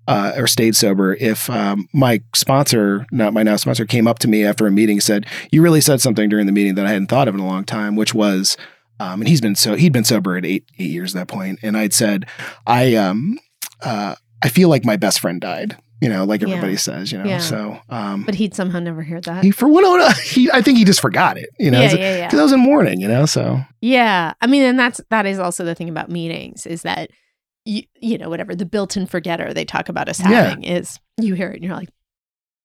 S7: uh, or stayed sober if um, my sponsor not my now sponsor came up to me after a meeting and said you really said something during the meeting that i hadn't thought of in a long time which was um, and he's been so he'd been sober at eight eight years at that point and i'd said i um uh, i feel like my best friend died you know like
S6: Yeah.
S7: everybody says you know
S6: Yeah.
S7: so um
S6: But he'd somehow never hear that.
S7: he, for what he, I think he just forgot it, you know.
S6: yeah,
S7: It's-
S6: yeah, yeah.
S7: because I was in mourning, you know. So
S6: Yeah. I mean, and that's that is also the thing about meetings is that you you know whatever the built-in forgetter they talk about us
S7: Yeah.
S6: having is you hear it and you're like,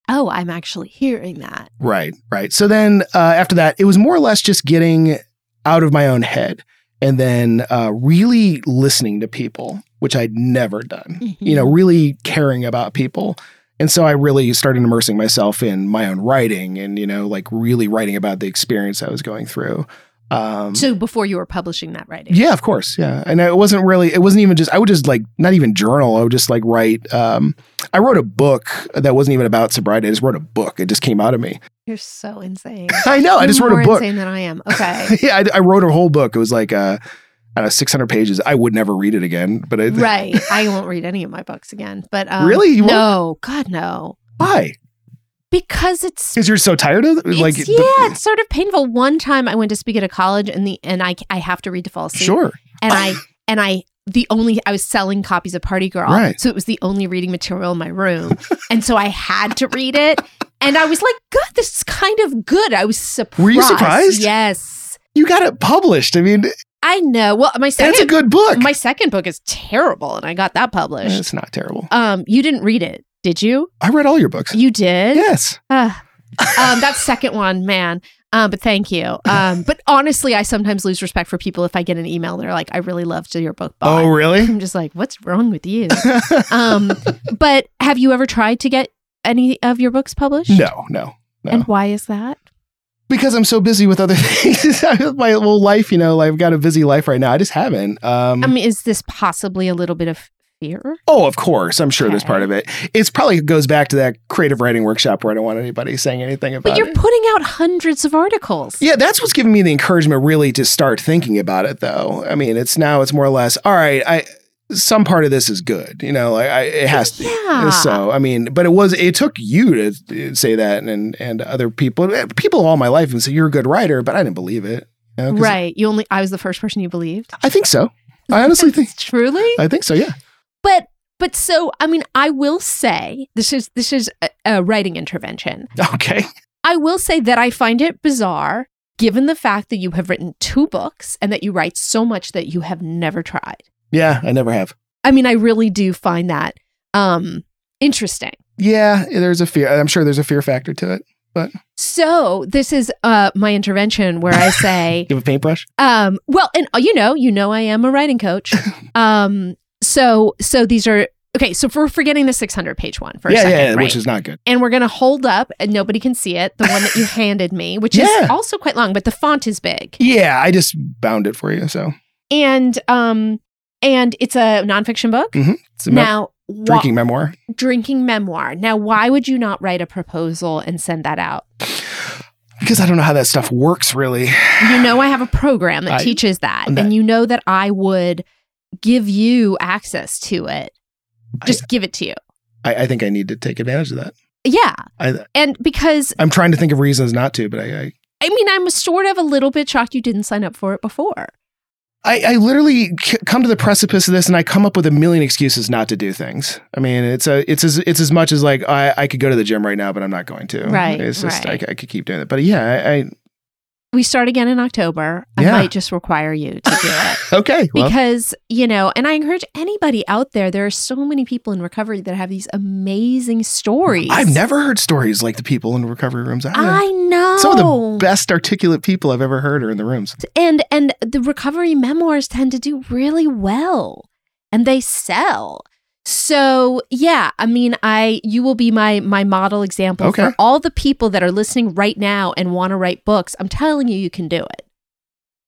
S6: oh, I'm actually hearing that.
S7: right, right. So then uh, after that, it was more or less just getting out of my own head and then uh, really listening to people, which I'd never done. You know, really caring about people. And so I really started immersing myself in my own writing and you know, like really writing about the experience I was going through. Um,
S6: So before you were publishing that writing,
S7: Yeah, of course. Yeah. And it wasn't really, it wasn't even just, I would just like, not even journal. I would just like write. Um, I wrote a book that wasn't even about sobriety. I just wrote a book. It just came out of me.
S6: you're so insane.
S7: I know. I
S6: You're
S7: just wrote
S6: more
S7: a book.
S6: Insane than I am. Okay.
S7: yeah. I, I wrote a whole book. It was like, uh, I don't know, 600 pages. I would never read it again, but I,
S6: right. I won't read any of my books again. But um,
S7: Really? You won't?
S6: no. God, no.
S7: why?
S6: because it's
S7: Because you're so tired of it? like
S6: it's-
S7: the-
S6: yeah, it's sort of painful. One time I went to speak at a college and the and I I have to read to fall asleep.
S7: sure.
S6: And I and I the only I was selling copies of Party Girl.
S7: Right.
S6: So it was the only reading material in my room. and so I had to read it. And I was like, good, this is kind of good. I was surprised.
S7: Were you surprised?
S6: Yes.
S7: You got it published. I mean,
S6: I know. Well, my
S7: that's a
S6: second
S7: good book.
S6: my second book is terrible and I got that published.
S7: it's not terrible.
S6: Um you didn't read it, did you?
S7: I read all your books.
S6: You did?
S7: Yes.
S6: Ah. um, that second one, man. Um, but thank you. Um, but honestly, I sometimes lose respect for people if I get an email and they're like, "I really loved your book." Bob."
S7: Oh, really?
S6: I'm just like, "What's wrong with you?" um, but have you ever tried to get any of your books published?
S7: No, no. no.
S6: And why is that?
S7: because I'm so busy with other things. My whole life, you know, I've got a busy life right now. I just haven't. Um,
S6: I mean, is this possibly a little bit of fear?
S7: oh, of course. I'm sure there's
S6: Okay.
S7: part of it. It's probably goes back to that creative writing workshop where I don't want anybody saying anything about
S6: But you're
S7: it.
S6: putting out hundreds of articles.
S7: Yeah, that's what's giving me the encouragement really to start thinking about it though. I mean, it's now it's more or less, all right, I some part of this is good, you know, like I it has to.
S6: Yeah.
S7: So, I mean, but it was it took you to uh, say that and and other people people all my life and say you're a good writer, but I didn't believe it. you know, 'cause
S6: Right. You only I was the first person you believed.
S7: I think so. I honestly think
S6: Truly?
S7: I think so, yeah.
S6: but but so i mean i will say this is this is a, a writing intervention
S7: Okay.
S6: i will say that i find it bizarre given the fact that you have written two books and that you write so much that you have never tried
S7: Yeah, I never have.
S6: i mean i really do find that um interesting
S7: Yeah, there's a fear. I'm sure there's a fear factor to it.
S6: so this is uh my intervention where i say
S7: You have a paintbrush?
S6: um well and uh, you know you know i am a writing coach um so so these are okay so if we're forgetting the 600 page one for a
S7: yeah,
S6: second
S7: yeah, yeah,
S6: right?
S7: which is not good.
S6: and we're going to hold up and nobody can see it the one that you handed me which
S7: Yeah.
S6: is also quite long but the font is big
S7: Yeah, I just bound it for you, so.
S6: and um and it's a nonfiction book
S7: Mhm. It's a mem-
S6: now wha-
S7: drinking memoir.
S6: drinking memoir now why would you not write a proposal and send that out
S7: because I don't know how that stuff works really.
S6: you know i have a program that
S7: I-
S6: teaches that,
S7: that-
S6: and you know that i would give you access to it just give it to you
S7: I, I think I need to take advantage of that.
S6: yeah
S7: I,
S6: and because
S7: I'm trying to think of reasons not to, but I, I,
S6: i mean i'm sort of a little bit shocked you didn't sign up for it before
S7: I, I literally c- come to the precipice of this, and I come up with a million excuses not to do things. I mean, it's a, it's as, it's as much as like I, I could go to the gym right now, but I'm not going to.
S6: Right,
S7: It's just
S6: right.
S7: I, I could keep doing it, but yeah,
S6: we start again in October.
S7: Yeah.
S6: I might just require you to do it
S7: I, I okay, well,
S6: because, you know, and I encourage anybody out there, there are so many people in recovery that have these amazing stories.
S7: I've never heard stories like the people in recovery rooms. I,
S6: I know.
S7: Some of the best articulate people I've ever heard are in the rooms.
S6: and and the recovery memoirs tend to do really well and they sell. So, yeah, I mean, I you will be my my model example
S7: Okay.
S6: for all the people that are listening right now and want to write books. I'm telling you you can do it.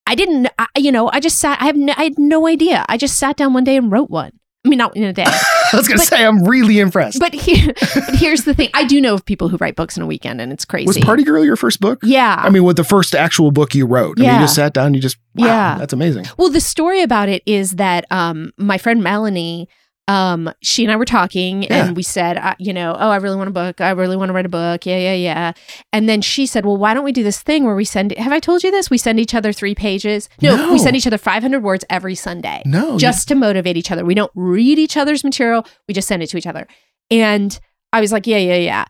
S6: I didn't I, you know, I just sat I have no, I had no idea. I just sat down one day and wrote one. I mean, not in a day.
S7: I was gonna
S6: But-
S7: say I'm really impressed.
S6: but, here, but here's the thing. I do know of people who write books in a weekend and it's crazy.
S7: Was Party Girl your first book?
S6: Yeah.
S7: I mean, with the first actual book you wrote, I mean,
S6: Yeah.
S7: you just sat down, you just, wow,
S6: Yeah.
S7: that's amazing.
S6: Well, the story about it is that um, my friend Melanie, um, she and I were talking,
S7: Yeah.
S6: and we said, uh, you know, oh, I really want a book. I really want to write a book. Yeah, yeah, yeah. And then she said, well, why don't we do this thing where we send? Have I told you this? We send each other three pages. No,
S7: No.
S6: we send each other five hundred words every Sunday,
S7: No, you-
S6: just to motivate each other. We don't read each other's material. We just send it to each other. And I was like, yeah, yeah, yeah.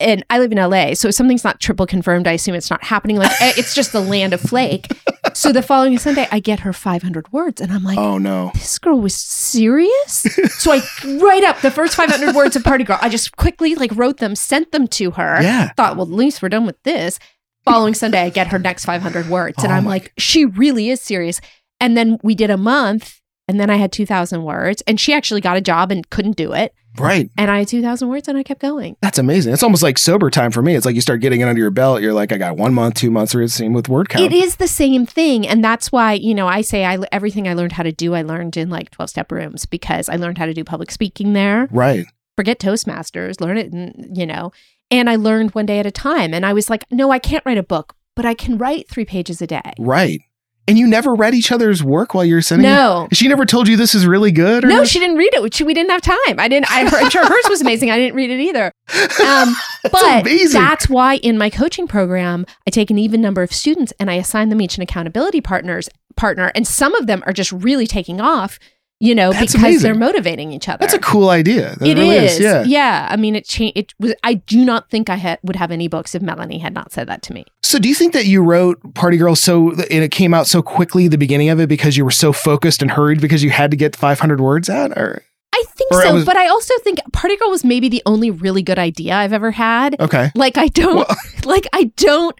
S6: And I live in LA, so if something's not triple confirmed, I assume it's not happening. Like eh, it's just the land of flake. So the following Sunday, I get her 500 words, and I'm like,
S7: oh no.
S6: this girl was serious. so I write up the first 500 words of Party Girl. I just quickly like wrote them, sent them to her.
S7: Yeah.
S6: Thought, well, at least we're done with this. Following Sunday, I get her next 500 words, and
S7: Oh
S6: I'm
S7: my
S6: like, she really is serious. And then we did a month, and then I had 2,000 words, and she actually got a job and couldn't do it.
S7: Right.
S6: And I had 2,000 words, and I kept going.
S7: That's amazing. It's almost like sober time for me. It's like you start getting it under your belt. You're like, I got one month, two months, or it's the same with word count.
S6: It is the same thing, and that's why you know I say I everything I learned how to do I learned in like twelve step rooms because I learned how to do public speaking there.
S7: Right.
S6: Forget Toastmasters, learn it, and you know, and I learned one day at a time, and I was like, no, I can't write a book, but I can write three pages a day.
S7: Right. And you never read each other's work while you're sending? it?
S6: No.
S7: She never told you this is really good? Or
S6: No, she didn't read it. She, we didn't have time. I didn't. I, am sure hers was amazing. I didn't read it either. Um, but
S7: amazing.
S6: that's why in my coaching program, I take an even number of students and I assign them each an accountability partners partner. And some of them are just really taking off, you know,
S7: That's
S6: because
S7: amazing.
S6: they're motivating each other.
S7: That's a cool idea. That
S6: It is,
S7: really is. Yeah.
S6: I mean, it changed. It was. I do not think I had, would have any books if Melanie had not said that to me.
S7: So do you think that you wrote Party Girl so and it came out so quickly the beginning of it because you were so focused and hurried because you had to get 500 words out or
S6: I think
S7: Or I
S6: so,
S7: was-
S6: but I also think Party Girl was maybe the only really good idea I've ever had.
S7: Okay.
S6: Like I don't,
S7: Well-
S6: like I don't.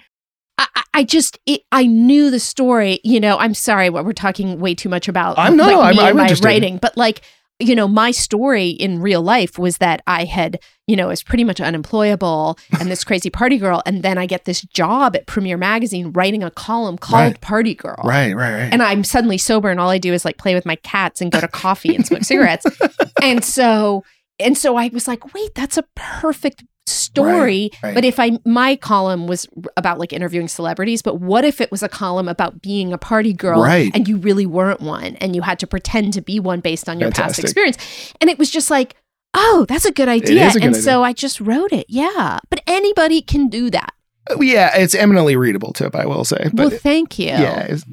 S6: I, I- I just, it, I knew the story. You know, I'm sorry, what we're talking way too much about.
S7: I'm- no,
S6: like,
S7: no, I'm-
S6: me
S7: I'm
S6: and my
S7: interested.
S6: writing, but like, you know, my story in real life was that I had, you know, was pretty much unemployable and this crazy party girl, and then I get this job at Premiere Magazine writing a column called
S7: Right.
S6: Party Girl,
S7: Right, right, right.
S6: and I'm suddenly sober and all I do is like play with my cats and go to coffee and smoke cigarettes. And so and so I was like, wait, that's a perfect story.
S7: Right, right.
S6: But if I my column was about like interviewing celebrities, but what if it was a column about being a party girl
S7: Right.
S6: and you really weren't one and you had to pretend to be one based on your past
S7: Fantastic.
S6: experience? And it was just like, oh, that's a good idea.
S7: is a good
S6: and
S7: idea.
S6: so I just wrote it. Yeah. But anybody can do that.
S7: oh, yeah, it's eminently readable tip, I will say.
S6: well,
S7: But
S6: thank you.
S7: yeah, it's-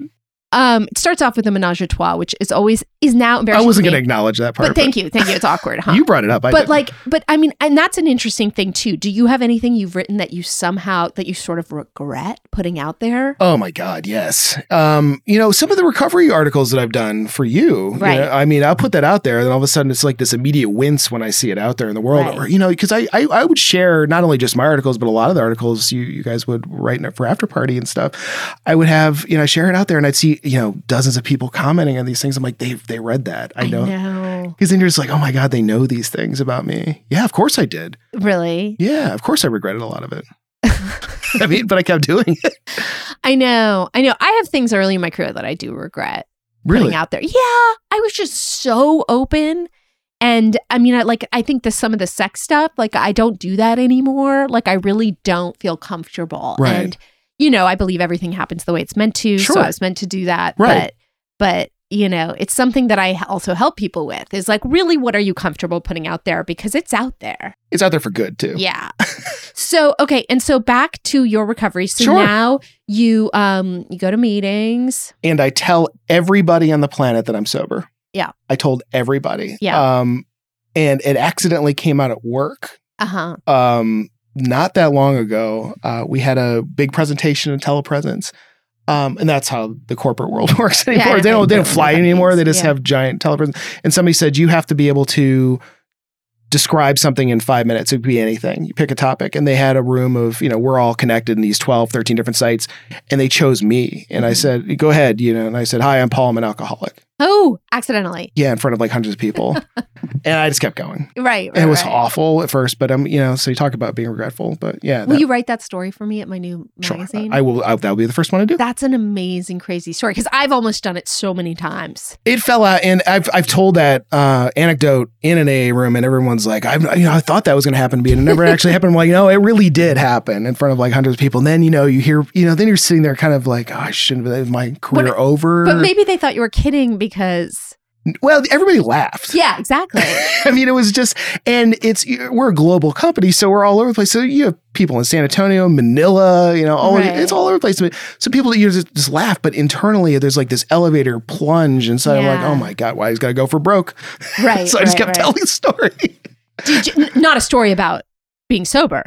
S6: Um, it starts off with a menage a trois, which is always is now
S7: I
S6: embarrassing.
S7: wasn't
S6: to
S7: going to
S6: me,
S7: acknowledge that part.
S6: But thank you, thank you. It's awkward, huh?
S7: You brought it up. I
S6: but
S7: didn't.
S6: like, but I mean, and that's an interesting thing too. Do you have anything you've written that you somehow that you sort of regret putting out there?
S7: Oh my God, yes. Um, you know, some of the recovery articles that I've done for you, you
S6: Right.
S7: know, I mean, I'll put that out there, and then all of a sudden it's like this immediate wince when I see it out there in the world.
S6: Right.
S7: Or, you know, because I, I I would share not only just my articles, but a lot of the articles you you guys would write in it for after party and stuff. I would have, you know, share it out there and I'd see, you know, dozens of people commenting on these things. I'm like, they they read that. I know.
S6: No,
S7: Because then you're just like, oh my God, they know these things about me. Yeah, of course I did.
S6: really.
S7: Yeah, of course I regretted a lot of it. I mean, but I kept doing it.
S6: I know, I know. I have things early in my career that I do regret
S7: Really?
S6: putting out there. Yeah, I was just so open. And I mean, I like, I think the some of the sex stuff, like, I don't do that anymore. Like, I really don't feel comfortable.
S7: Right.
S6: And, you know, I believe everything happens the way it's meant to. So
S7: Sure.
S6: I was meant to do that.
S7: Right.
S6: But, but, you know, it's something that I also help people with is like, really, what are you comfortable putting out there? Because it's out there.
S7: It's out there for good too.
S6: Yeah. so, okay. And so back to your recovery. So
S7: Sure.
S6: now you, um, you go to meetings.
S7: and I tell everybody on the planet that I'm sober.
S6: Yeah.
S7: I told everybody.
S6: Yeah.
S7: Um, and it accidentally came out at work.
S6: Uh huh.
S7: Um, not that long ago, uh, we had a big presentation in telepresence. Um, and that's how the corporate world works
S6: I
S7: anymore.
S6: don't
S7: they don't they
S6: think
S7: don't
S6: that
S7: fly
S6: that
S7: anymore.
S6: means-
S7: They just
S6: yeah.
S7: have giant telepresence. And somebody said you have to be able to describe something in five minutes. It could be anything. You pick a topic. And they had a room of, you know, we're all connected in these 12, 13 different sites. And they chose me. And I said, go ahead, you know, and I said, Hi, I'm Paul, I'm an alcoholic.
S6: Oh, accidentally.
S7: Yeah, in front of like hundreds of people. and I just kept going.
S6: Right.
S7: And
S6: right
S7: it was
S6: right.
S7: awful at first, but um, you know, so you talk about being regretful, but yeah,
S6: Will
S7: that-
S6: you write that story for me at my new
S7: sure.
S6: magazine?
S7: I will. I, that'll be the first one I do.
S6: That's an amazing, crazy story because I've almost done it so many times.
S7: It fell out, and I've I've told that uh, anecdote in an AA room, and everyone's like, I you know I thought that was going to happen to me, and it never actually happened. I'm like, no, it really did happen in front of like hundreds of people. And then you know you hear you know then you're sitting there kind of like, oh, I shouldn't. Have, is my career over?
S6: But maybe they thought you were kidding because.
S7: well, everybody laughed.
S6: Yeah, exactly.
S7: I mean, it was just, and it's we're a global company, so we're all over the place. So you have people in San Antonio, Manila, you know, all
S6: Right.
S7: it's all over the place. But so people you just, just laugh, but internally there's like this elevator plunge, and so I'm like,
S6: Yeah.
S7: oh my god, why he's got to go for broke?
S6: right.
S7: so I just
S6: right,
S7: kept
S6: right.
S7: telling the story.
S6: Did you- n- not a story about being sober,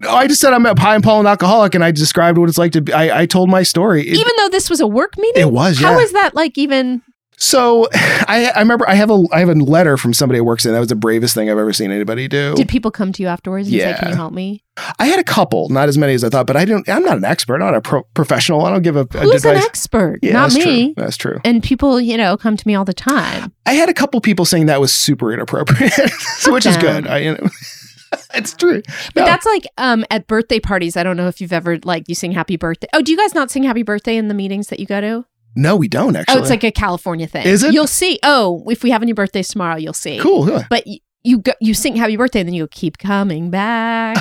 S7: No, I just said I'm a pie and Paul an alcoholic, and I described what it's like to. Be, I, I told my story. It-
S6: even though this was a work meeting.
S7: It was,
S6: How
S7: yeah.
S6: is that like even?
S7: so I, I remember I have a I have a letter from somebody who works in. That was the bravest thing I've ever seen anybody do.
S6: Did people come to you afterwards and say,
S7: Oh. Yeah.
S6: "Can you help me?"
S7: I had a couple, not as many as I thought, but I don't. I'm not an expert. I'm not a pro- professional. I don't give a, a
S6: Who's an
S7: advice.
S6: expert?
S7: Yeah,
S6: not
S7: that's
S6: me.
S7: True. That's true.
S6: And people, you know, come to me all the time.
S7: I had a couple people saying that was super inappropriate, so- which is
S6: them.
S7: good. I, you know, it's true.
S6: But
S7: No.
S6: that's like um at birthday parties. I don't know if you've ever like you sing happy birthday. Oh, do you guys not sing happy birthday in the meetings that you go to?
S7: no, we don't actually.
S6: Oh, it's like a California thing.
S7: Is it?
S6: You'll see. Oh, if we have any birthdays tomorrow, you'll see.
S7: cool. yeah.
S6: But you, you go, you sing happy birthday and then you go keep coming back.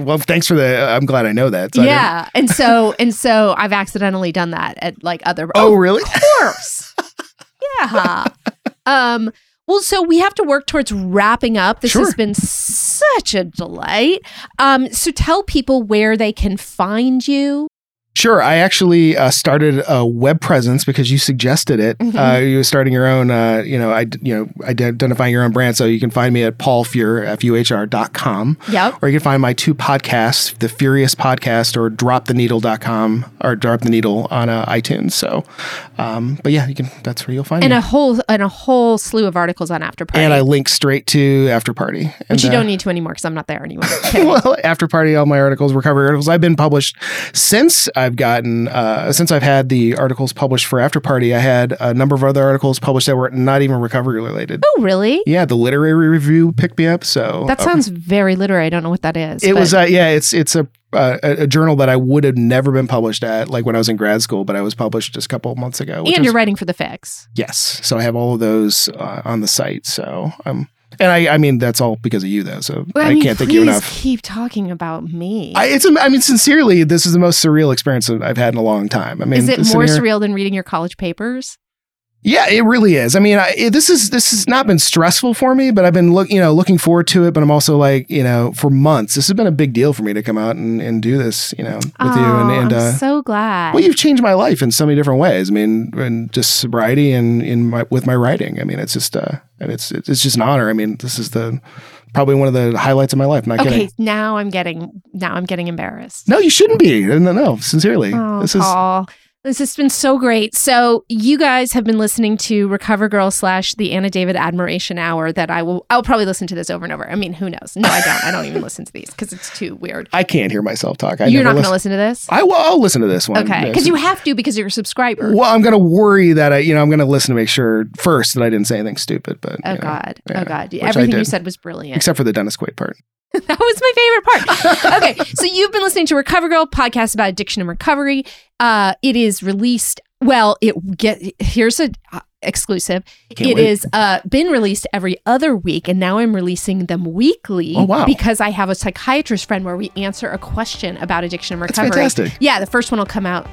S7: well, thanks for the. uh, I'm glad I know that. So I didn't-
S6: yeah, and so and so I've accidentally done that at like other.
S7: Oh, really?
S6: Of course. yeah. Um. Well, so we have to work towards wrapping up. This
S7: Sure.
S6: has been such a delight. Um. So tell people where they can find you.
S7: Sure. I actually uh, started a web presence because you suggested it.
S6: Mm-hmm.
S7: Uh, you were starting your own, uh, you know, I, you know, ide- identifying your own brand. So you can find me at paulfuhr, F-U-H-R dot com.
S6: Yep.
S7: Or you can find my two podcasts, The Furious Podcast or droptheneedle.com or Drop the Needle on uh, iTunes. So, um, but yeah, you can, that's where you'll find
S6: And
S7: me.
S6: a whole and a whole slew of articles on after party,
S7: and I link straight to After Party. And,
S6: which you
S7: uh,
S6: don't need to anymore because I'm not there anymore. Kidding.
S7: well, after party, all my articles, recovery articles, I've been published since I've gotten, uh, since I've had the articles published for after party. I had a number of other articles published that were not even recovery related.
S6: oh, really?
S7: Yeah, the literary review picked me up. So
S6: That
S7: uh,
S6: sounds very literary. I don't know what that is.
S7: it
S6: but-
S7: was, uh, yeah, it's it's a uh, a a journal that I would have never been published at, like when I was in grad school, but I was published just a couple of months ago. which
S6: and
S7: is-
S6: you're writing for the fix.
S7: Yes, so I have all of those uh, on the site. So um, and I, I mean that's all because of you though. So I,
S6: mean,
S7: can't
S6: please
S7: thank you enough.
S6: Keep talking about me.
S7: I, it's, I mean, sincerely, this is the most surreal experience that I've had in a long time. I mean,
S6: is it
S7: sitting
S6: more
S7: here-
S6: surreal than reading your college papers?
S7: Yeah, it really is. I mean, I, it, this is this has not been stressful for me, but I've been look, you know, looking forward to it. But I'm also like, you know, for months, this has been a big deal for me to come out and, and do this, you know, with you. And, and
S6: Oh, I'm
S7: uh,
S6: so glad.
S7: well, you've changed my life in so many different ways. I mean, and just sobriety and in my with my writing. I mean, it's just uh, and it's it's just an honor. I mean, this is the probably one of the highlights of my life. Not
S6: okay,
S7: kidding.
S6: now I'm getting now I'm getting embarrassed.
S7: No, you shouldn't be. No, no, sincerely,
S6: Oh,
S7: this is.
S6: Paul. This has been so great. So you guys have been listening to Recover Girl slash the Anna David Admiration Hour. That I will. I'll probably listen to this over and over. I mean, who knows? No, I don't. I don't even listen to these because it's too weird.
S7: I can't hear myself talk. I
S6: You're not
S7: never
S6: going to listen to this,
S7: I will. I'll listen to this one.
S6: okay?
S7: Yes.
S6: Because you have to because you're a subscriber.
S7: Well, I'm gonna worry that I, you know, I'm gonna listen to make sure first that I didn't say anything stupid. But
S6: Oh
S7: you know,
S6: God!
S7: yeah,
S6: oh God!
S7: which I
S6: Everything you
S7: did.
S6: said was brilliant.
S7: except for the Dennis Quaid part.
S6: That was my favorite part. Okay, so you've been listening to Recover Girl podcast about addiction and recovery. Uh, it is released. Well, it get here's a uh, exclusive. It is
S7: Can't wait.
S6: uh, been released every other week, and now I'm releasing them weekly.
S7: Oh, wow.
S6: Because I have a psychiatrist friend where we answer a question about addiction and recovery.
S7: fantastic.
S6: Yeah, the first one will come out.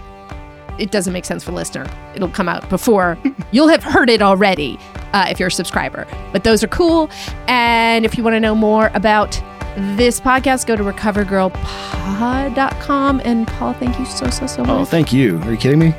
S6: It doesn't make sense for listener. It'll come out before you'll have heard it already uh, if you're a subscriber. But those are cool. And if you want to know more about this podcast, go to recovergirlpod.com. And Paul, thank you so so so much.
S7: Oh, thank you. Are you kidding me?